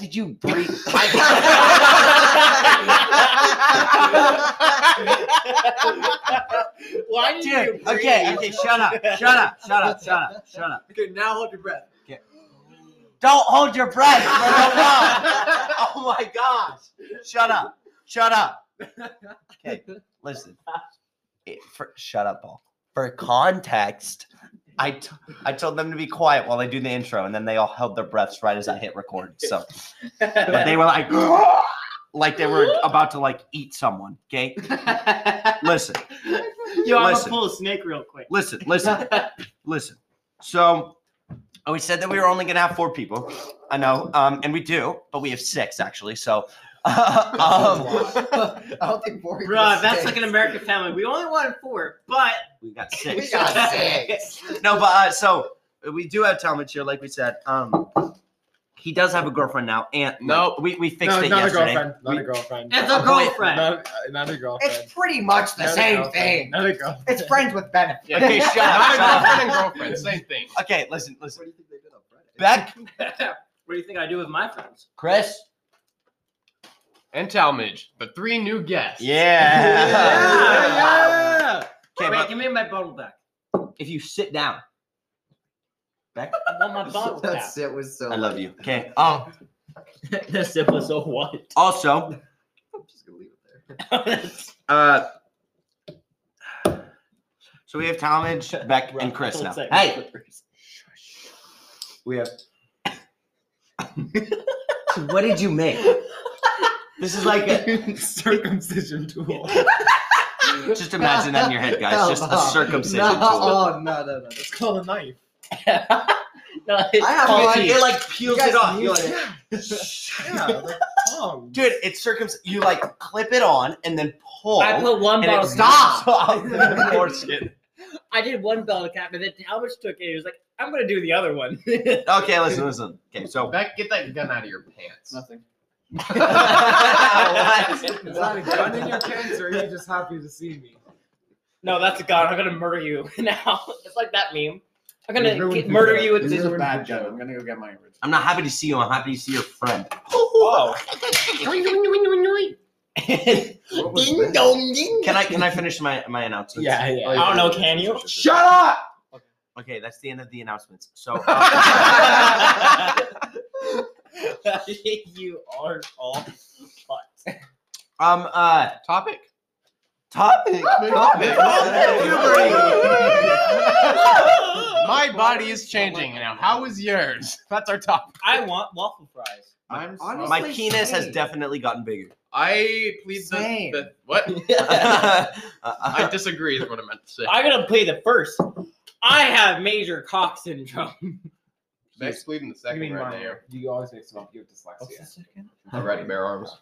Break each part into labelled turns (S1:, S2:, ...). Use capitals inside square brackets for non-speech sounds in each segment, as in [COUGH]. S1: did you breathe?
S2: [LAUGHS]
S1: Why did
S2: Dude, okay, okay, shut up, shut up, shut up, shut up, shut up.
S3: Okay, now hold your
S4: [LAUGHS]
S3: breath.
S2: Don't hold your breath for [LAUGHS] the love. Oh my gosh. Shut up. Shut up. Okay, listen. It- for, shut up, Paul. For context, I, t- I told them to be quiet while I do the intro, and then they all held their breaths right as I hit record. So, but they were like, [GASPS] like they were about to like eat someone. Okay, listen,
S4: Yo, I'm
S2: Listen.
S4: gonna pull a snake real
S1: [LAUGHS]
S4: quick.
S2: listen, listen, listen. So, oh, we said that we were only gonna have four people. I know, um, and we do, but we have six actually. So, [LAUGHS] um,
S1: I don't think Bori
S4: Bruh, that's like an American family. We only wanted four, but [LAUGHS]
S2: we
S3: [LAUGHS]
S2: got
S1: We
S2: six.
S1: got six.
S2: no, but uh, so we do have Talmadge here, like we said. Um, he does have a girlfriend now, and
S3: Nope.
S2: we, we fixed
S3: No,
S2: it
S3: not a
S2: yesterday.
S3: girlfriend. Not
S2: We-
S3: a girlfriend.
S4: it's a
S2: boy-
S4: girlfriend.
S3: Not, not a girlfriend.
S1: It's pretty much the
S3: Not a
S1: same
S3: girlfriend.
S1: thing.
S3: Not a girlfriend.
S1: It's friends with benefits.
S5: Yeah.
S2: Okay,
S1: [LAUGHS]
S2: shut up,
S5: Not a
S2: shut up.
S5: girlfriend and girlfriend, same thing.
S2: okay, listen, listen.
S3: do you think they did on Friday?
S2: Beck,
S4: what do you think I do with my friends?
S2: Chris.
S5: And Talmage, the three new guests.
S3: Yeah.
S2: Okay,
S4: Wait,
S2: but
S4: give me my bottle back.
S2: if you sit down, Beck,
S4: I want my bottle back.
S1: That's it was so.
S2: I love you. [LAUGHS] Okay.
S1: [LAUGHS]
S2: Um.
S4: that sip was so what?
S2: Also, [LAUGHS]
S1: I'm just gonna leave it there.
S2: Uh,
S1: [LAUGHS]
S2: so we have Talmadge, Beck, and Chris now. Hey, [LAUGHS]
S1: [LAUGHS]
S2: we have. So what did you make? This is like a,
S3: [LAUGHS] Circumcision [LAUGHS] tool.
S2: just imagine that in your head, guys. Just a
S1: [LAUGHS] No.
S2: circumcision
S1: No,
S2: tool.
S1: oh, no, no, no.
S3: It's called a knife.
S4: No,
S1: I have
S4: Paul,
S1: no
S2: It,
S1: idea.
S2: it like peels it off. You're like,
S3: Yeah, the [LAUGHS] tongue.
S2: dude, it's circumc. You like clip it on and then pull.
S4: I put one
S2: and
S4: bottle.
S2: it
S4: cap.
S2: stops [LAUGHS] off the foreskin.
S4: I did one bottle cap, and then Talmadge took it. He was like, "I'm gonna do the other [LAUGHS] one." Dude,
S2: Okay, listen, listen. Okay, so.
S5: Beck, get that gun out of your pants.
S3: Nothing.
S2: What?
S3: Is that a gun in your pants, or are you just happy to see me?
S4: No, that's God. I'm gonna murder you [LAUGHS] now. It's like that meme. I'm
S3: You
S4: gonna
S3: ruined
S4: get,
S3: me.
S4: murder you with
S5: This
S4: this.
S5: is a bad
S3: joke.
S5: joke. I'm gonna go get my original.
S2: [LAUGHS] I'm not happy to see you. I'm happy to see your friend.
S4: [LAUGHS] I
S3: What was this?
S2: Can I can I finish my my announcements?
S3: Yeah, yeah.
S5: Oh, yeah.
S4: don't know. Can you?
S3: Shut up!
S2: Okay, that's the end of the announcements. So, uh, [LAUGHS]
S5: [LAUGHS]
S4: you are all fucked.
S2: um, uh,
S5: Topic?
S2: topic, [LAUGHS] topic.
S5: My body is changing now. How is yours? [LAUGHS] That's our topic.
S4: [LAUGHS] I want waffle fries.
S5: I'm
S1: Honestly-
S2: My
S5: My,
S2: penis has definitely gotten bigger. [LAUGHS]
S5: I plead the,
S1: Same.
S5: the what?
S2: Uh,
S5: I
S2: uh,
S5: disagree is what I meant to say.
S4: I'm gonna play the first. I have major cock syndrome. [LAUGHS]
S5: Beck's pleading the second
S4: mean
S5: right
S4: mine.
S5: there.
S3: You always mix them up. You have dyslexia.
S5: Alrighty, bare arms.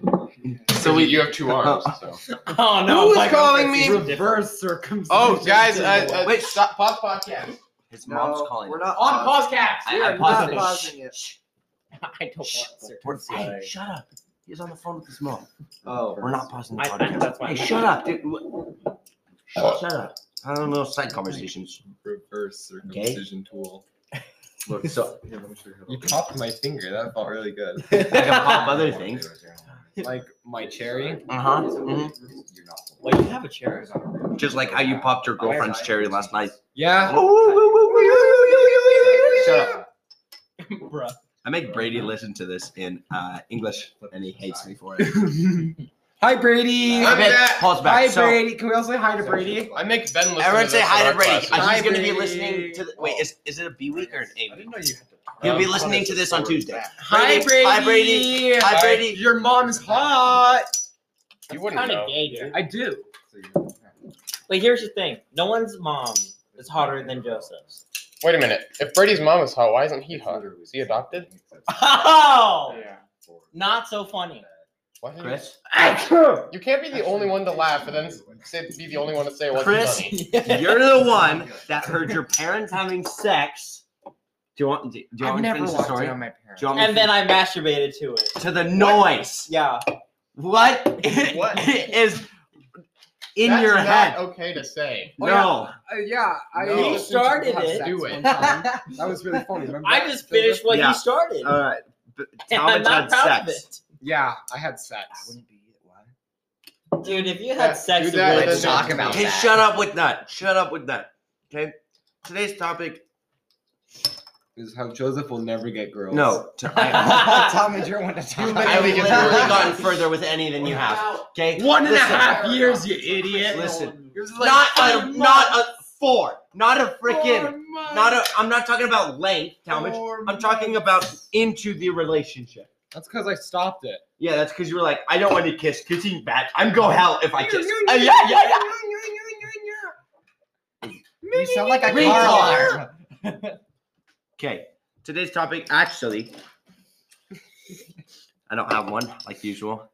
S2: So
S5: So
S2: we-
S5: you have two arms. So.
S2: [LAUGHS]
S4: Oh no!
S5: Who is
S4: my
S5: calling
S4: girlfriend's
S5: me?
S4: is different.
S3: Reverse circumcision.
S5: Oh, guys, uh, uh,
S2: Wait.
S5: wait, stop, pause podcast.
S2: his mom's
S1: No,
S2: calling.
S1: We're not
S4: On
S1: pause-
S4: pause cast.
S2: I-
S4: We
S2: I
S4: are
S2: paused
S4: not
S2: it.
S4: pausing it.
S2: Shh,
S4: [LAUGHS] I don't want
S2: shh.
S4: circumcision.
S2: We're- hey, shut up. He's on the phone with his mom.
S1: Oh,
S2: We're not pausing the
S4: I- I- that's
S2: podcast.
S4: why-
S2: Hey, shut up, dude. Wh- Shut up. I don't know side conversations.
S3: Reverse circumcision tool.
S2: [LAUGHS] Look, so
S3: Here, let me show you. You popped my finger. That felt really good.
S2: [LAUGHS] I can pop other things.
S3: [LAUGHS] like my cherry.
S2: Uh huh. hmm
S4: Wait, you have a chair.
S2: Just like how you popped your
S3: Oh,
S2: girlfriend's cherry last night.
S3: Yeah.
S2: Shut up.
S4: Bruh.
S2: I make Brady listen to this in uh, English, and he hates me for
S3: [LAUGHS]
S2: it.
S3: Hi Brady.
S5: I'm
S2: Okay,
S5: back.
S2: Paul's
S3: Hi
S2: back. So
S3: Brady. Can we all say hi to Brady?
S5: I make Ben listen.
S2: everyone
S5: to
S2: say
S5: this in
S2: hi
S5: our
S2: to Brady.
S5: classes.
S2: Uh, He's
S3: Hi,
S2: gonna be
S3: Brady.
S2: listening to. The, wait, is is it a B week or an A week?
S3: know you had to. Oh,
S2: He'll be listening to this on Tuesday.
S3: Hi Brady.
S2: Hi Brady. Hi, Brady.
S3: Your mom's hot.
S5: You wouldn't
S4: Kind
S5: know.
S4: of gay, dude.
S3: I do.
S4: But here's the thing: no one's mom is hotter than Joseph's.
S5: Wait a minute. If Brady's mom is hot, why isn't he hot? Is he adopted?
S2: [LAUGHS]
S4: Oh, not so
S5: [LAUGHS]
S4: funny.
S5: Why is he-
S2: Chris,
S5: You can't be the only one to laugh and then s- say, be the only one to say what's
S2: Chris.
S5: funny.
S2: you're the one that heard your parents having sex. Do you want? Do you want me to finish the story? Do
S3: my
S2: you want me to
S4: And then I masturbated to it.
S2: finish- to the noise?
S4: Yeah.
S2: What
S5: What?
S2: [LAUGHS] is in
S5: That's
S2: your
S5: not
S2: head?
S5: okay to say.
S3: Oh,
S2: no.
S3: Uh, yeah, I
S5: No. He
S3: listened to
S4: started
S3: Have
S4: it.
S3: Sex
S5: Do
S3: one
S5: it.
S3: time. That was really funny. Remember
S4: I
S3: that?
S4: just finished what
S2: Yeah.
S5: Uh,
S4: you started.
S2: All right, b-
S4: [LAUGHS] And
S2: Talmadge
S4: I'm not
S2: had
S4: proud of
S2: sex.
S3: Yeah, I had
S6: I
S3: sex.
S6: wouldn't be it. Why?
S4: it. Dude, if you
S1: Yeah,
S4: had sex
S1: do
S4: with
S1: that,
S4: Will
S1: let's
S4: Smith-
S1: talk about
S2: Okay, shut up with that. Shut up with that. Okay. Today's topic.
S1: Is how Joseph will never get
S2: [LAUGHS]
S1: girls.
S2: No. t- I,
S6: Tommy Drew went to
S3: Too
S2: I
S3: many
S2: have
S3: Maybe
S2: literally
S3: get married.
S2: gotten further with any than you have. Okay.
S4: [LAUGHS]
S5: One and a
S2: Listen,
S5: half years, you idiot.
S2: Listen.
S5: It was like
S2: Not a
S5: five
S2: not
S5: months.
S2: a four. Not a
S5: Four
S2: freaking.
S5: months.
S2: Not a. I'm not talking about length, Talmadge.
S5: Four
S2: I'm talking
S5: months.
S2: about into the relationship.
S3: That's because I stopped it.
S2: Yeah, that's because you were like, I don't want to kiss. Kissing bad. I'm go hell if I kiss. Uh, yeah, yeah, yeah.
S6: You sound like a
S2: Retard.
S6: car alarm.
S3: [LAUGHS]
S2: Okay, today's topic actually. I don't have one like usual.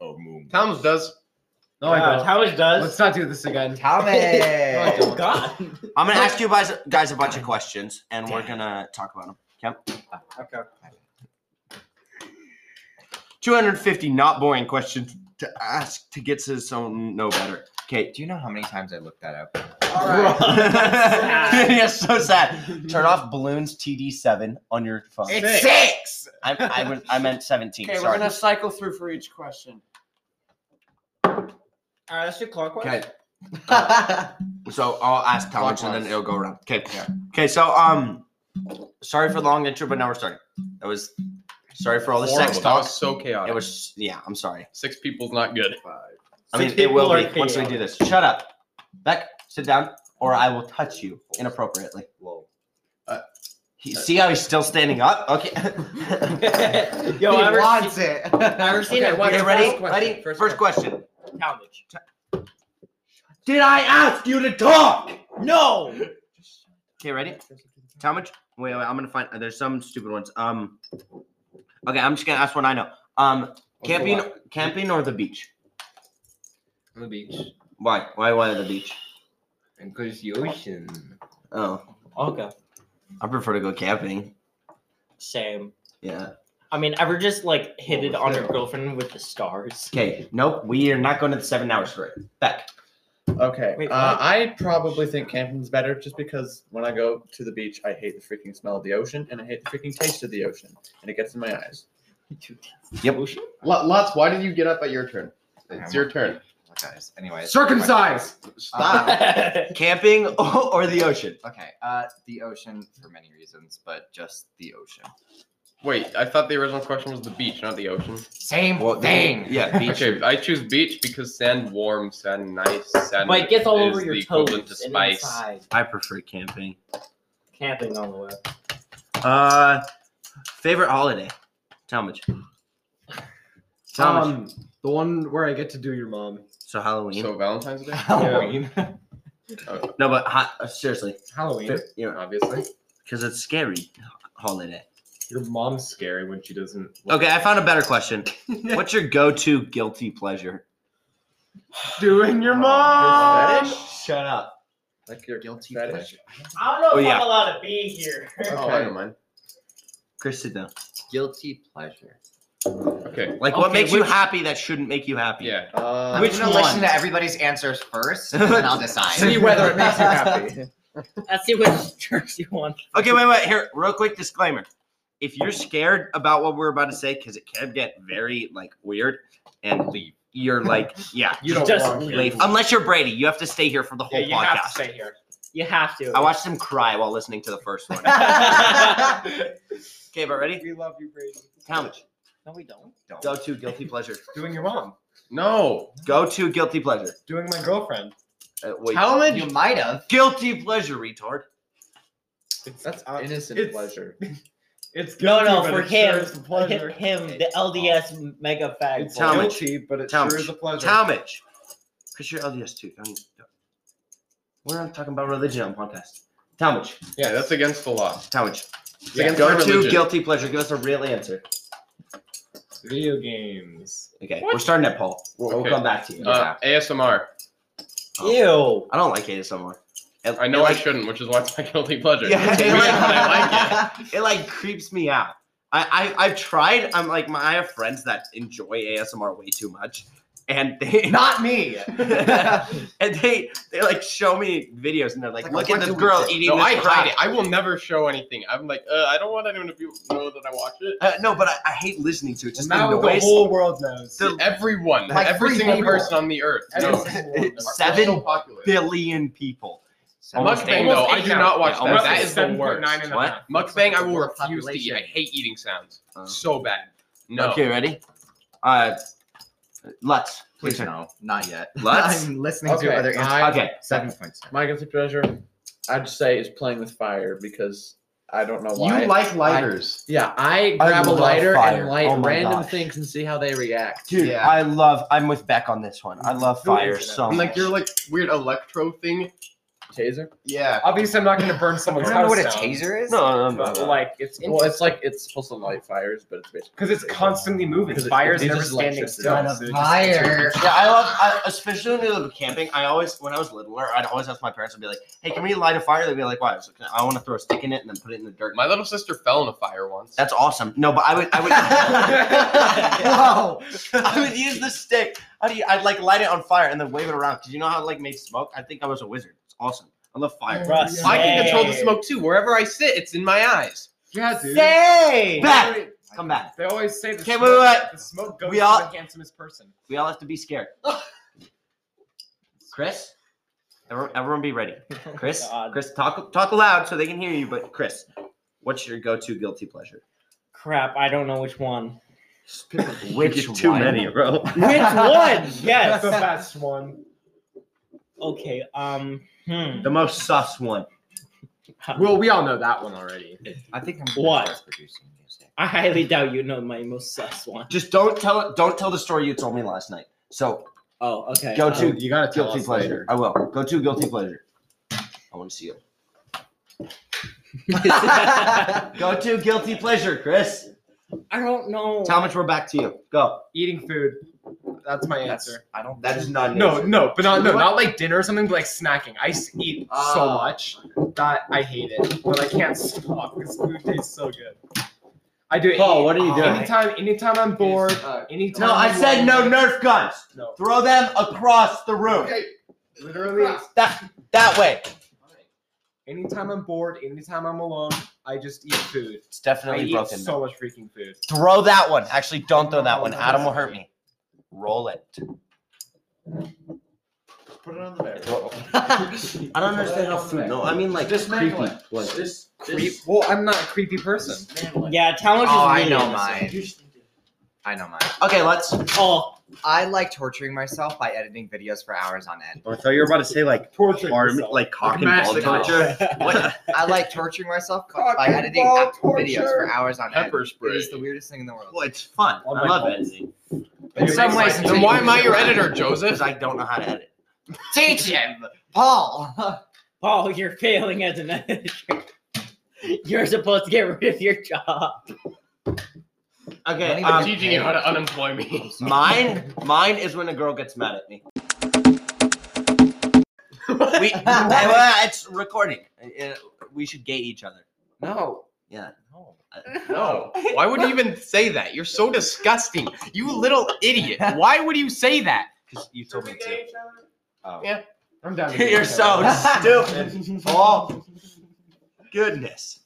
S5: Thomas does.
S3: No, I
S4: Oh God,
S3: don't.
S4: how it
S3: Let's
S4: does?
S3: not do this
S2: [LAUGHS]
S3: again.
S6: Tommy.
S4: Oh, God.
S2: I'm gonna ask you guys guys a bunch of questions, and we're gonna talk about them.
S4: Okay.
S2: 250 not boring questions to ask to get to someone know better. Okay.
S6: Do you know how many times I looked that up?
S3: All right.
S2: [LAUGHS] yes, so sad. Turn off balloons TD7 on your phone.
S5: It's
S2: six. I, I, went- I meant 17.
S5: Okay, we're
S2: sorry.
S5: gonna cycle through for each question.
S4: All right, let's do clockwise.
S2: Okay. [LAUGHS] So I'll ask Thomas and then
S5: Clockwise.
S2: it'll go around. Okay. Okay. So um, sorry for the long intro, but now we're starting. That was sorry for all the sex
S5: That
S2: talk.
S5: was so
S2: It
S5: chaotic.
S2: was yeah. I'm sorry.
S5: Six people's not good.
S2: I
S4: Six
S2: mean, it will
S4: people
S2: be
S4: are
S2: once we do this. Shut up, Beck. Sit down, or I will touch you inappropriately. Uh,
S1: Whoa.
S2: He, see how he's still standing up? Okay.
S4: [LAUGHS] Yo,
S1: he
S4: I ever
S1: wants it.
S4: I
S5: [LAUGHS]
S4: ever seen it.
S3: what's
S2: okay.
S3: the
S2: Ready? Ready?
S3: first question? First
S2: First question.
S4: Talmadge.
S2: Did I ask you to talk?
S4: No.
S2: Okay. Ready? Talmadge. Wait, wait. I'm gonna find. uh, There's some stupid ones. Um. Okay. I'm just gonna ask one I know. Um. Camping, camping, or the beach?
S1: On the beach.
S2: Why? Why? Why the beach?
S1: And because the ocean.
S2: Oh,
S4: Okay.
S2: I prefer to go camping.
S4: Same.
S2: Yeah.
S4: I mean, ever just like hit
S1: What
S4: it
S1: was
S4: on
S1: that?
S4: your girlfriend with the stars?
S2: Okay. Nope. We are not going to the seven hours for it. Back.
S5: Okay.
S4: [LAUGHS] Wait,
S5: uh,
S4: what?
S5: I probably think camping's better just because when I go to the beach, I hate the freaking smell of the ocean and I hate the freaking taste of the ocean and it gets in my eyes.
S2: Yep.
S5: L- Lots, why did you get up at your turn? It's your turn.
S1: Guys, anyway. [LAUGHS]
S3: Circumcised.
S1: Stop.
S4: [LAUGHS]
S2: Camping [LAUGHS] or, or the ocean?
S1: okay. Uh, the ocean for many reasons, but just the ocean.
S5: Wait, I thought the original question was the beach, not the ocean.
S1: Same
S2: the-
S1: thing.
S2: Yeah.
S5: [LAUGHS]
S2: Beach.
S5: Okay, [LAUGHS] I choose beach because sand warm, sand nice, sand.
S4: but it gets all
S5: is
S4: over your
S5: the
S4: toes
S5: equivalent to
S4: and
S5: spice.
S4: inside.
S2: I prefer camping.
S4: Camping all the way.
S2: Uh, favorite holiday? Talmadge. Talmadge.
S3: Um, the one where I get to do your mom.
S2: so Halloween.
S5: So Valentine's [LAUGHS] Day,
S1: [LAUGHS] Halloween.
S2: no, but ha- uh, seriously,
S3: Halloween.
S2: you
S5: obviously.
S2: because it's scary holiday.
S3: Your mom's scary when she doesn't.
S2: Okay, I found a better question. What's your go-to guilty pleasure?
S3: Doing your mom.
S2: Shut up.
S5: Like your guilty
S1: Fetish?
S5: pleasure.
S4: I don't know
S2: Oh,
S4: if
S2: yeah.
S4: I'm allowed to be here. [LAUGHS]
S5: Oh, I don't mind.
S2: Chris, sit down.
S1: Guilty pleasure.
S5: Okay.
S2: Like, what
S3: Okay,
S2: makes you
S3: which-
S2: happy that shouldn't make you happy?
S5: Yeah.
S1: I'm
S5: Uh,
S2: Which
S1: gonna
S2: one?
S1: listen to everybody's answers first, and then I'll decide.
S5: See whether it makes you happy.
S4: Let's see which jerks you want.
S2: Okay, wait, wait. Here, real quick disclaimer. If you're scared about what we're about to say, because it can get very like weird, and leave. You're like, yeah,
S5: You don't
S4: Just
S5: belong here.
S2: leave. Unless you're Brady, you have to stay here for the
S4: Yeah,
S2: whole
S4: you have to
S2: podcast.
S4: stay here. You have to.
S2: I watched him cry while listening to the first
S1: [LAUGHS]
S2: one.
S3: [LAUGHS]
S2: okay, but ready?
S3: We love you, Brady.
S2: How much?
S4: no, we don't.
S2: Go to guilty pleasure.
S3: Doing your mom.
S5: No.
S2: Go to guilty pleasure.
S3: Doing my girlfriend.
S2: Uh, wait.
S1: You might have.
S2: guilty pleasure, retard.
S5: That's innocent
S3: it's-
S5: pleasure.
S3: It's
S4: No,
S3: guilty,
S4: no,
S3: but
S4: for
S3: it sure
S2: [LAUGHS]
S4: him,
S3: is a
S4: for him,
S3: pleasure.
S4: him, the LDS mega fag.
S3: It's
S2: How
S4: boy.
S2: much?
S3: guilty, but it
S2: How
S3: sure
S2: much?
S3: is
S1: [LAUGHS]
S3: a pleasure.
S2: How much? Chris, your LDS too. I mean, we're not talking about religion on podcast. How much?
S5: Yeah, that's against the law.
S2: How much?
S5: It's against
S2: Go
S5: our
S2: to
S5: religion.
S2: guilty pleasure. Give us a real answer.
S3: Video games.
S2: Okay, we're starting at Paul. We'll,
S5: Okay.
S2: we'll come back to you.
S5: Uh, ASMR.
S4: Ew.
S2: I don't like ASMR. It,
S5: I know
S2: it
S5: I
S2: like,
S5: shouldn't, which is why it's my [LAUGHS] guilty pleasure.
S2: Yeah,
S5: It's weird, but I like it.
S2: it like creeps me out. I, I I've tried. I'm like my I have friends that enjoy ASMR way too much, and they [LAUGHS]
S5: Not [LAUGHS] me.
S2: and they they like show me videos and they're like, look at this girl [LAUGHS] eating
S5: No,
S2: this
S5: I
S2: crab."
S5: hide it. I will never show anything. I'm like, uh, I don't want anyone to be, know that I watch it.
S2: Uh, no, but I, I hate listening to it. Just in
S5: now
S2: the
S5: the
S2: ways.
S5: whole world knows.
S2: [LAUGHS] The-
S5: everyone,
S7: Like
S5: every
S7: three
S5: single
S7: people.
S5: person on the earth
S2: Every
S5: knows.
S2: single
S5: They're
S2: Seven
S5: so popular.
S2: billion people.
S5: Almost Mukbang though, I do not watch
S2: Yeah, almost
S5: that. That is the
S2: seven
S5: worst.
S2: What?
S5: Mukbang, I will
S1: World
S5: refuse to eat. I
S1: population.
S5: hate eating sounds
S2: Oh.
S5: so bad. No.
S2: Okay, ready? Uh, Lutz.
S1: [LAUGHS] Please no, not yet.
S2: Let's-
S1: [LAUGHS] I'm listening to
S8: Okay,
S1: other answers.
S8: I-
S2: Okay.
S1: Seven points.
S8: My guilty pleasure, I'd say, is playing with fire because I don't know why.
S9: You like lighters.
S8: yeah, I grab a
S7: love
S8: lighter
S7: fire.
S8: and light
S7: Oh my
S8: random
S7: gosh.
S8: things and see how they react.
S7: Dude,
S1: Yeah.
S7: I love. I'm with Beck on this one. I love fire so
S9: And
S7: much.
S9: like your like weird electro thing.
S8: Taser.
S9: Yeah.
S5: Obviously, I'm not going to burn
S1: I
S5: someone's
S1: don't know
S5: house
S1: what a
S5: down.
S1: taser is.
S2: No, no, no,
S5: But,
S2: no, no.
S5: like it's
S8: Well, it's like it's supposed to light fires, but it's basically
S5: because it's constantly moving.
S8: Because it-
S5: Fire's
S8: it
S5: never
S8: uses
S5: standing
S8: electricity.
S5: still.
S8: Kind
S5: dude. Just-
S1: Fire.
S2: Yeah, I love, I, especially when we live camping. I always, when I was littler, I'd always ask my parents, I'd be like, hey, can we light a fire? They'd be like, why? I, was like, I want to throw a stick in it and then put it in the dirt.
S5: My little sister fell in a fire once.
S2: That's awesome. No, but I would, [LAUGHS] I
S3: [LAUGHS]
S2: [LAUGHS] would,
S1: Whoa.
S2: I would use the stick. I'd, I'd like light it on fire and then wave it around. Cause you know how it like makes smoke? I think I was a wizard. It's awesome. I love fire.
S4: Russ.
S5: I can control the
S4: Say.
S5: smoke too. Wherever I sit, it's in my eyes.
S9: Yeah, dude.
S4: Say.
S2: Back. Come back.
S5: They always say the
S2: Okay,
S5: smoke,
S2: wait, wait, wait.
S5: the smoke goes
S2: We all-
S5: to the handsomest person.
S2: We all have to be scared. Chris, everyone, everyone be
S4: [LAUGHS]
S2: ready. Chris,
S4: God.
S2: Chris, talk talk loud so they can hear you. But Chris, what's your go-to guilty
S4: [LAUGHS]
S2: pleasure?
S4: Crap, I don't know which one.
S2: Which too many, bro. [LAUGHS]
S4: Which one?
S5: the
S4: Yes.
S5: best one.
S4: Okay. Um. Hmm.
S2: The most sus one.
S5: Well, we all know that one already.
S2: I think I'm
S4: What?
S1: [LAUGHS]
S4: I highly doubt you know my most sus one.
S2: Just don't tell don't tell the story you told me last night. So
S4: Oh, okay.
S2: go
S4: um,
S2: to
S5: You gotta tell
S2: guilty
S5: us
S2: pleasure.
S5: later.
S2: I will go to guilty pleasure. I want to see you. [LAUGHS] Go to guilty pleasure, Chris.
S4: I don't know.
S2: How much we're back to you. Go.
S5: Eating food. That's my answer.
S7: I don't.
S2: That is not an
S5: No,
S2: answer.
S5: no, but not
S2: You know
S5: no,
S2: what?
S5: not like dinner or something, but like snacking. I s- eat so
S2: Ah.
S5: much that I hate it, but I can't stop because food tastes so good. I do.
S8: Paul,
S5: any-
S8: what are you doing?
S5: Anytime, anytime I'm bored,
S9: Uh,
S5: anytime.
S2: No, I
S5: I'm
S2: said no
S5: lonely-
S2: Nerf guns.
S5: No.
S2: Throw them across the room.
S9: Okay.
S5: Literally,
S2: That that way.
S5: anytime I'm bored, anytime I'm alone, I just eat food.
S7: It's
S5: I
S7: definitely
S5: eat
S7: broken.
S5: so much freaking food.
S7: throw that one. Actually, don't throw that one. Adam will hurt me. Roll it.
S8: put it on the bed.
S2: I don't understand how food. No, I mean like
S9: Just
S2: creepy.
S9: mangle it.
S2: Like,
S9: This,
S5: Creep-
S9: this,
S5: Well, I'm not a creepy person.
S4: Yeah,
S1: Oh,
S4: Talmage is
S1: I
S4: really
S1: know
S4: innocent.
S1: mine. I know mine.
S2: okay, let's.
S4: Oh,
S1: I like torturing myself by editing videos for hours on end.
S2: I thought you were about to say like
S5: Torture
S2: arm,
S5: yourself.
S2: like cock and
S9: Mash
S2: ball
S9: the cock.
S2: [LAUGHS] torture. What?
S1: I like torturing myself
S5: Cock
S1: by
S5: and
S1: editing
S5: ball
S1: app- videos
S5: torture.
S1: for hours on end.
S9: Pepper
S1: It
S9: spray.
S1: is the weirdest thing in the world.
S2: Well, Oh, it's fun.
S5: On
S2: I
S5: my
S2: love
S5: balls.
S2: it
S1: In some ways,
S5: Then why am I your
S2: [LAUGHS]
S5: editor, Joseph?
S2: because I don't know how to edit.
S1: Teach him, Paul. [LAUGHS]
S4: Paul, Oh, you're failing as an editor. [LAUGHS] You're supposed to get rid of your job.
S1: Don't
S2: Okay,
S1: even
S2: um,
S1: do-
S5: teaching you how to unemploy [LAUGHS] me.
S2: mine, mine is when a girl gets mad at
S5: [LAUGHS]
S2: me. We, well, it's recording. Uh, We should gay each other.
S8: No.
S2: Yeah.
S5: No. [LAUGHS] Why would you even say that? You're so disgusting. You little idiot. Why would you say that?
S2: Because you told me to. Oh.
S5: I'm
S2: [LAUGHS]
S5: down.
S2: You're so stupid. Oh goodness.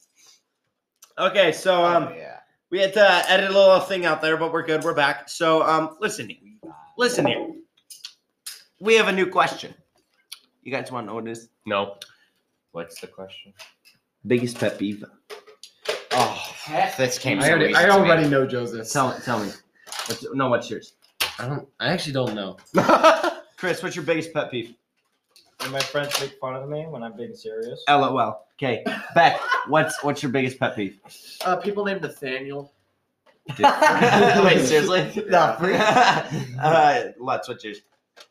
S2: Okay, so um,
S1: yeah.
S2: we had to uh, edit a little thing out there, but we're good. We're back. So um, listen here. Listen here. We have a new question. You guys want to know what it is?
S5: No.
S2: What's the question? Biggest pet peeve.
S1: Oh, this came.
S5: I
S1: so
S5: already,
S1: easy
S5: I
S1: to me.
S5: already know Joseph.
S2: Tell tell me. What's, no, what's yours?
S5: I don't. I actually don't know.
S2: Chris, what's your biggest pet peeve?
S4: And my friends make fun of me when I'm
S2: [LAUGHS]
S4: being serious.
S2: LOL. Okay, Beck, what's what's your biggest pet peeve?
S8: Uh, people named Nathaniel.
S2: [LAUGHS] Wait, seriously?
S1: No, for real.
S2: [LAUGHS] uh, Lutz, what's yours?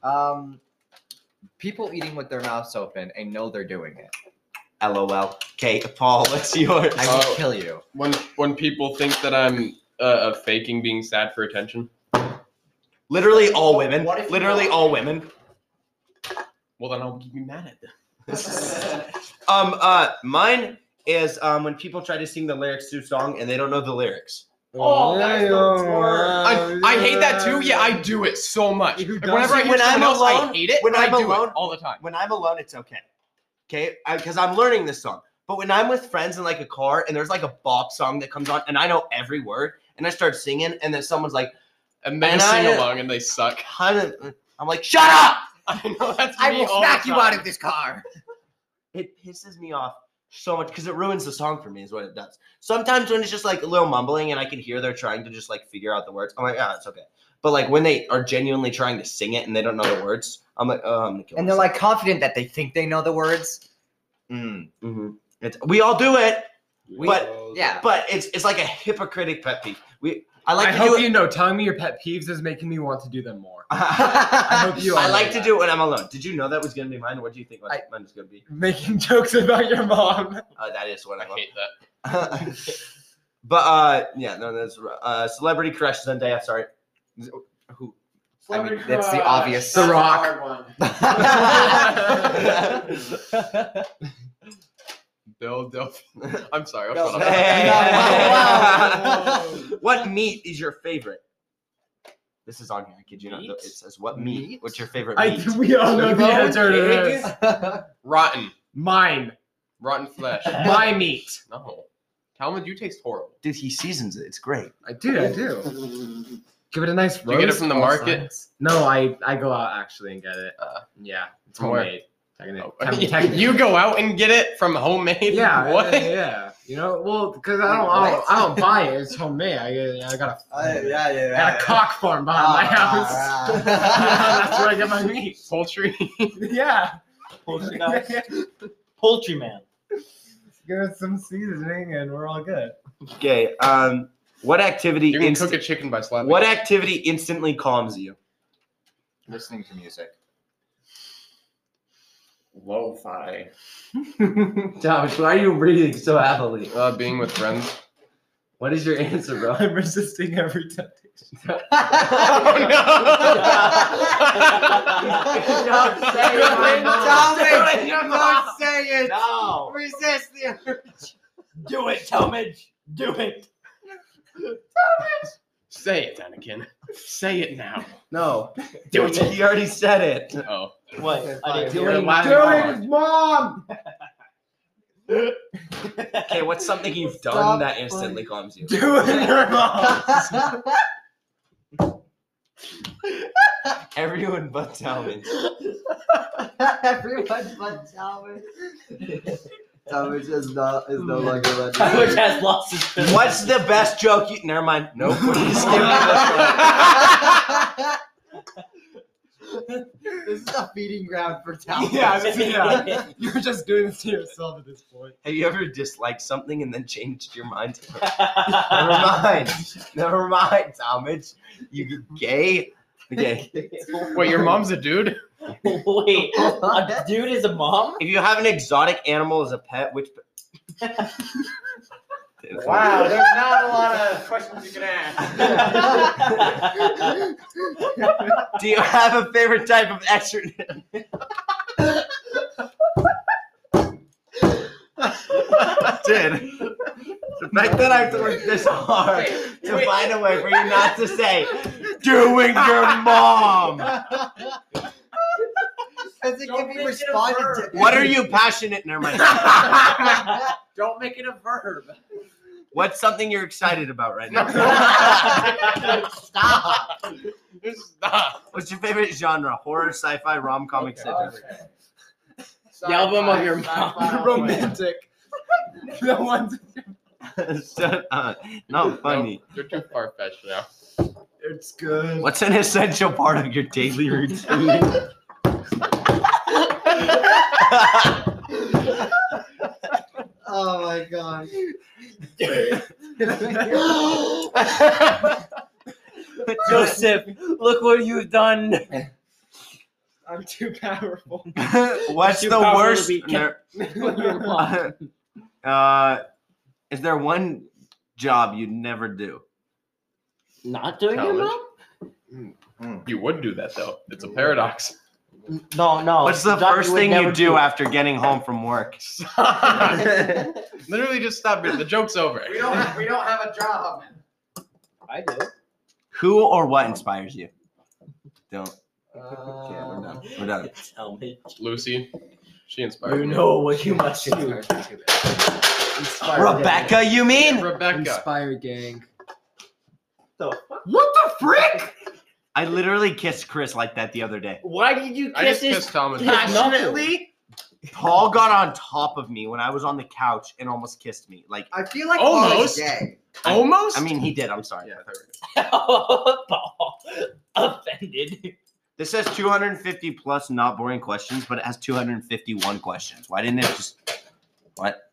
S1: Um, people eating with their mouths open and know they're doing it.
S2: LOL. Okay, Paul, what's yours?
S1: I will
S5: Oh.
S1: kill you.
S5: When when people think that I'm uh, uh, faking being sad for attention.
S2: Literally all women.
S9: What if you
S2: Literally
S9: don't-
S2: all women.
S5: Well, then I'll be mad at them.
S2: [LAUGHS] Um, uh, mine is um when people try to sing the lyrics to a song and they don't know the lyrics.
S9: Oh, that's the worst.
S5: I, I I hate that too. Yeah, I do it so much.
S1: Who
S5: Like,
S1: doesn't?
S5: whenever I
S2: See,
S5: hear
S2: when I'm
S5: someone else,
S2: alone-
S5: I hate it.
S2: when
S5: but
S2: I'm
S5: I do
S2: alone-
S5: it all the time.
S2: When I'm alone, it's okay. Okay, because I'm learning this song. But when I'm with friends in like a car and there's like a bop song that comes on and I know every word and I start singing and then someone's like,
S5: And then
S2: And I-
S5: sing along and they suck.
S2: kind of, I'm like, shut up!
S5: [LAUGHS] I know that's
S4: I
S5: me
S4: will
S5: all the
S4: smack you out
S5: time.
S4: of this car.
S2: It pisses me off so much because it ruins the song for me is what it does. Sometimes when it's just like a little mumbling and I can hear they're trying to just like figure out the words, I'm like, ah, it's okay. But like when they are genuinely trying to sing it and they don't know the words, I'm like, oh, I'm gonna kill
S7: and they're
S2: myself."
S7: like confident that they think they know the words. Mm.
S2: Mhm. it's, we all do it. But
S7: Yeah.
S2: but it's it's like a hypocritic pet peeve. We I like
S3: I
S2: to do
S3: hope
S2: it. [LAUGHS]
S3: you know. Telling me your pet peeves is making me want to do them more. I
S2: I
S3: hope you. all know
S2: like to
S3: that.
S2: do it when I'm alone. Did you know that was gonna be mine? What do you think
S3: I-
S2: mine was gonna be?
S3: making jokes about your mom.
S2: Uh, that is what
S5: I
S2: I
S5: hate that.
S2: [LAUGHS] love. but uh, yeah, no, that's uh, celebrity crush Zendaya. Sorry, who?
S1: I mean, that's the obvious.
S3: The Rock.
S5: Bill Delph. [LAUGHS] I'm sorry.
S7: Bill
S5: I'll shut
S2: Hey.
S5: up.
S2: what meat is your favorite? This is on here. I kid you not.
S1: Meat?
S2: It says what meat?
S1: Meat?
S2: What's your favorite
S3: I,
S2: meat?
S3: we all know the
S5: Bone
S3: answer to
S5: eggs?
S3: this.
S5: Rotten.
S3: Mine,
S5: Rotten flesh.
S1: [LAUGHS]
S3: my meat.
S5: No. Talmud, you taste horrible.
S2: Dude, he seasons it. It's great.
S3: I do. I do. Give it a nice roast.
S5: Do you get it from the
S3: all
S5: market?
S3: sides. No, I I go out actually and get it.
S5: Uh,
S3: yeah, it's
S5: from where?
S3: homemade. Techni-
S5: Oh,
S3: techni- technically.
S5: [LAUGHS] you go out and get it from homemade.
S3: Yeah,
S5: [LAUGHS] What?
S3: yeah, yeah. You know, well, because I don't, I don't, I
S5: [LAUGHS]
S3: don't buy it. It's homemade. I, I [LAUGHS] got a,
S7: Oh, yeah, yeah,
S3: I got a cock farm behind my house. [LAUGHS] That's where I
S5: [LAUGHS]
S3: get my meat. [LAUGHS]
S1: [LAUGHS]
S5: Poultry.
S3: Yeah,
S4: Poultry [LAUGHS]
S3: give
S4: Poultryman.
S3: it some seasoning and we're all good.
S2: Okay. Um, what activity?
S5: You can
S2: inst-
S5: cook a chicken by slapping.
S2: What
S5: it.
S2: activity instantly calms you?
S1: Listening to music.
S8: Lo-fi.
S7: Thomas, why are you breathing so heavily?
S5: Uh, being with friends.
S1: [LAUGHS]
S7: What is your answer, bro?
S3: [LAUGHS] I'm resisting every
S2: [LAUGHS]
S3: temptation.
S1: Oh,
S7: Don't say it, Thomas. Don't say it.
S2: No.
S7: Resist the.
S4: Do it, Talmadge. Do it.
S5: [LAUGHS] Say it, Anakin. Say it now.
S7: No.
S4: Do it.
S2: You already said it.
S5: Oh.
S4: What? I didn't
S2: [LAUGHS]
S7: Doing-
S4: hear it.
S7: doing-
S3: mom.
S2: Okay, what's something you've
S7: Stop
S2: done that instantly calms you?
S3: Doing your mom.
S2: Everyone but Talman.
S7: Everyone but Thomas. Thomas is no is no longer
S4: Talmadge
S7: legendary.
S4: has lost his.
S2: What's the best joke you? Never mind. Nope. [LAUGHS] We're just skipping this one.
S7: this is a feeding ground for Thomas.
S3: Yeah, this is- yeah. You're just doing this to yourself at this point.
S2: Have you ever disliked something and then changed your mind?
S4: [LAUGHS]
S2: Never mind. Never mind, Talmadge. You gay? Okay.
S5: Wait, your mom's
S1: [LAUGHS]
S5: a dude?
S4: [LAUGHS] Wait, a dude is
S2: [LAUGHS]
S4: a mom?
S2: If you have an exotic animal as a pet, which [LAUGHS]
S7: Wow,
S8: there's
S3: [LAUGHS]
S8: not a lot of questions you can
S2: do you have a favorite type of exercise? Dude, the fact that I have to work this hard to find a way for you not to say doing your mom.
S7: Because it can be
S8: make it a
S7: responded
S8: verb.
S7: to.
S2: What are you passionate? Never mind.
S8: Don't make it a verb.
S2: What's something you're excited about right
S5: No.
S2: now?
S7: Stop.
S5: Stop.
S2: What's your favorite genre? Horror, sci-fi, rom-com, etc.
S4: The album of your mom.
S3: Romantic. no one's.
S2: [LAUGHS] Shut up. Not funny.
S5: You're too far fetched now.
S3: It's good.
S2: What's an essential part of your daily routine?
S4: [LAUGHS]
S7: Oh my
S3: [LAUGHS]
S7: gosh.
S1: [LAUGHS]
S4: Joseph, look what you've done.
S3: I'm too powerful.
S2: What's
S4: Too
S2: the
S4: powerful to
S2: worst?
S4: be kept-
S2: [LAUGHS] uh, is there one job you'd never do?
S4: Not doing your
S5: Talmadge.
S4: mom?
S5: You would do that though. It's a paradox. [LAUGHS]
S4: No, no.
S2: What's the
S4: Oh, Job
S2: first
S4: would
S2: thing you
S4: never
S2: do after getting home from work?
S4: [LAUGHS]
S5: Literally just stop it. The joke's over.
S8: We don't. We don't have a job.
S4: I do.
S2: Who or what inspires you? Don't.
S4: Uh,
S2: Okay, we're done. We're done.
S4: Tell me.
S5: [LAUGHS] Lucy, she inspired
S4: You
S5: me.
S4: know what you must
S3: She
S4: do.
S3: inspired me too, man.
S4: Uh,
S2: Rebecca, you mean?
S5: Rebecca.
S3: Inspire gang.
S2: What the frick? I literally kissed Chris like that the other day.
S4: Why did you
S5: I just
S4: kiss his
S5: kissed Tom and
S4: his
S5: Tom.
S2: Passionately? Paul got on top of me when I was on the couch and almost kissed me. Like,
S7: I feel
S4: Oh.
S7: like
S5: Almost.
S7: Almost. gay.
S5: Almost.
S2: I mean, he did. I'm sorry.
S5: yeah, I thought we were-
S4: Paul [LAUGHS] offended.
S2: This says 250 plus not boring questions, but it has 251 questions. Why didn't it just. What?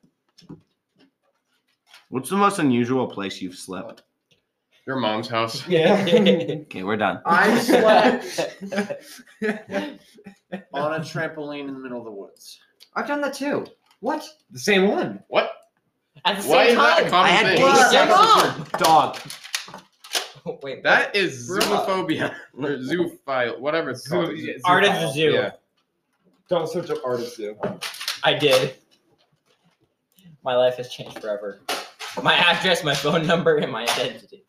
S2: What's the most unusual place you've slept?
S5: your mom's house.
S4: Yeah.
S2: Okay, we're done.
S4: [LAUGHS]
S8: I slept on a trampoline in the middle of the woods.
S1: I've done that too. What?
S8: The same one.
S5: What?
S4: At the
S5: Why
S4: same
S5: is that a
S4: time.
S2: I
S5: common
S2: had
S5: thing?
S2: gay
S4: Well,
S2: sex
S4: come
S2: with your dog. [LAUGHS]
S1: Wait,
S5: That is
S1: Bruh.
S5: zoophobia or zoophile, whatever it's called.
S8: Zoo- yeah, zoo-
S4: Art of the zoo.
S8: Yeah.
S1: don't search up artist zoo.
S4: I did. My life has changed forever. My address, my phone number, and my identity.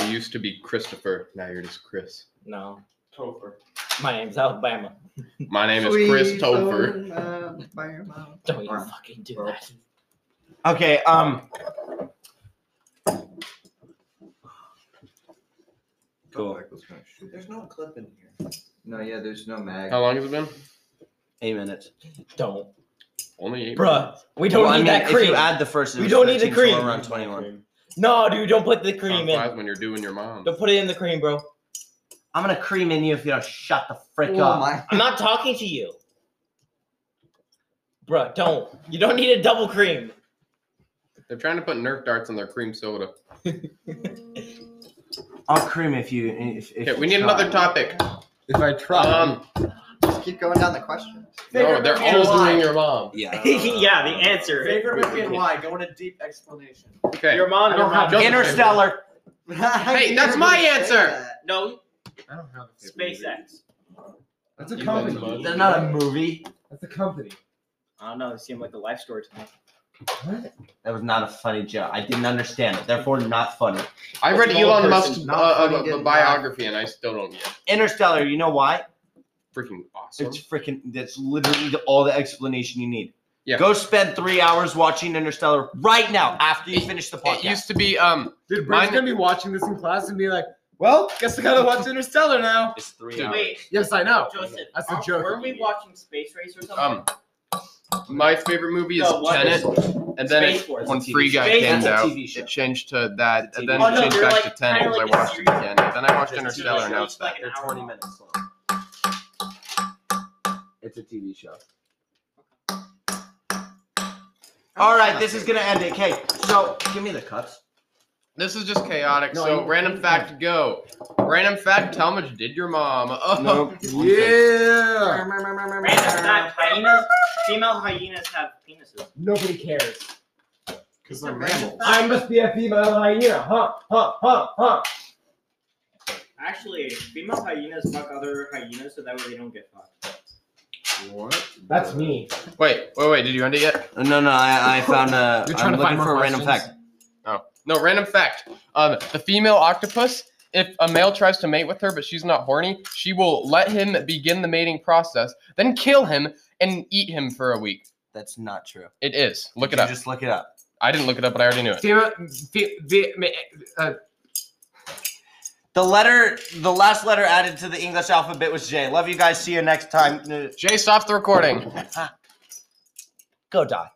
S5: You used to be Christopher. Now you're just Chris.
S4: No. Topher. My name's Alabama.
S5: My name is Chris Topher.
S4: Don't you fucking do that.
S2: Okay, um. Cool.
S7: There's no clip in here.
S1: No, yeah, there's no mag.
S5: How long has it been?
S2: Eight minutes.
S4: Don't.
S5: Only eight.
S4: Bruh, we don't
S2: Well,
S4: need
S2: I mean,
S4: that
S2: If
S4: cream.
S2: you add the first, it
S4: We
S2: was
S4: don't need the
S2: 13, so we're
S4: cream.
S2: around 21.
S4: no, dude, don't put the
S5: Time
S4: cream
S5: flies
S4: in.
S5: when you're doing your mom.
S4: Don't put it in the cream, bro.
S2: I'm gonna cream in you if you don't shut the frick
S1: Oh
S2: up.
S1: my.
S4: I'm not talking to you. Bruh, don't. You don't need a double cream.
S5: They're trying to put Nerf darts in their cream soda.
S2: I'll cream if you. If, if
S5: Okay, we
S2: you
S5: need
S2: try.
S5: another topic.
S8: If I try,
S5: Um,
S1: Just keep going down the questions.
S5: no,
S8: Favorite
S5: they're
S8: movie and
S5: all
S8: why?
S5: doing your mom. [LAUGHS]
S2: Yeah.
S4: [LAUGHS] yeah, the answer.
S8: favorite movie and why? Go in a deep explanation.
S5: Okay.
S4: Your mom,
S8: I
S4: your
S8: don't have-
S4: mom.
S2: [LAUGHS]
S5: Joseph,
S2: Interstellar.
S5: Hey, that's my answer.
S4: No,
S3: I don't have a favorite movie.
S4: SpaceX.
S1: That's a
S5: You
S1: company.
S5: like
S2: That's not a movie.
S1: That's a company.
S4: I don't know. It seemed like a life story to me.
S2: That was not a funny joke. I didn't understand it. Therefore, not funny.
S5: I read
S1: It's an old
S5: Elon
S1: person,
S5: Musk's uh,
S1: not funny,
S5: uh,
S1: didn't laugh.
S5: biography and I still don't get it.
S2: Interstellar. You know why?
S5: Freaking awesome.
S2: It's freaking. That's literally the, all the explanation you need.
S5: Yeah.
S2: Go spend three hours watching Interstellar right now after you finish the
S5: It
S2: podcast.
S5: used to be um
S3: Dude, Brian's
S5: Mine-
S3: gonna be watching this in class and be like, "Well, guess I gotta watch Interstellar now."
S2: it's three
S5: Dude.
S2: hours.
S4: Wait,
S3: Yes, I know.
S4: Joseph.
S3: That's a
S4: aren't-
S3: joke.
S4: Were we watching Space Race or something?
S5: um my favorite movie is
S4: No, what
S5: Tenet,
S4: is-
S5: and then
S4: Space
S5: it-
S4: Force.
S5: when
S2: It's a
S5: Free
S2: TV
S5: Guy
S4: show.
S5: came
S4: It's a
S5: out,
S2: TV show.
S5: it changed to that,
S2: It's a
S5: and
S2: TV show.
S4: Oh,
S5: then it
S4: no,
S5: changed
S4: they're
S5: back
S4: like-
S5: to Tenet
S4: kinda
S5: because
S4: like a
S5: I watched it
S4: series.
S5: again, and then I watched
S2: It's a
S5: Interstellar,
S2: TV
S5: and
S2: show.
S5: now it's
S4: like
S5: back.
S4: an
S2: They're
S4: hour
S2: 20
S4: long.
S2: minutes long. It's a TV show. All right, this is gonna end it. Okay, so give me the cups.
S5: This is just chaotic.
S2: No,
S5: so
S2: you-
S5: random fact, go. Random fact, how much did your mom? [LAUGHS] Oh,
S2: [LAUGHS]
S3: Yeah.
S4: Random fact, [LAUGHS] hyenas, female hyenas have penises.
S3: Nobody cares.
S8: Because they're mammals.
S3: I must be a female hyena. Huh? Huh? Huh? Huh?
S4: Actually, female hyenas fuck other hyenas so that way they don't get fucked.
S3: That's me.
S5: wait, wait, wait. Did you end it yet?
S2: No, no,
S3: [LAUGHS]
S2: I, I found a.
S3: You're trying
S2: I'm
S3: to
S2: looking
S3: find
S2: for
S3: more
S2: a random
S3: questions?
S2: fact.
S5: Oh. No, random fact. Um, the female octopus, if a male tries to mate with her but she's not horny, she will let him begin the mating process, then kill him and eat him for a week.
S2: That's not true.
S5: It is. Look it
S2: You
S5: up.
S2: Just look it up.
S5: I didn't look it up, but I already knew it.
S3: Female, fe- fe- ma- uh,
S2: The letter, the last letter added to the English alphabet was J. Love you guys. See you next time.
S5: Jay, stop the recording.
S2: Go die.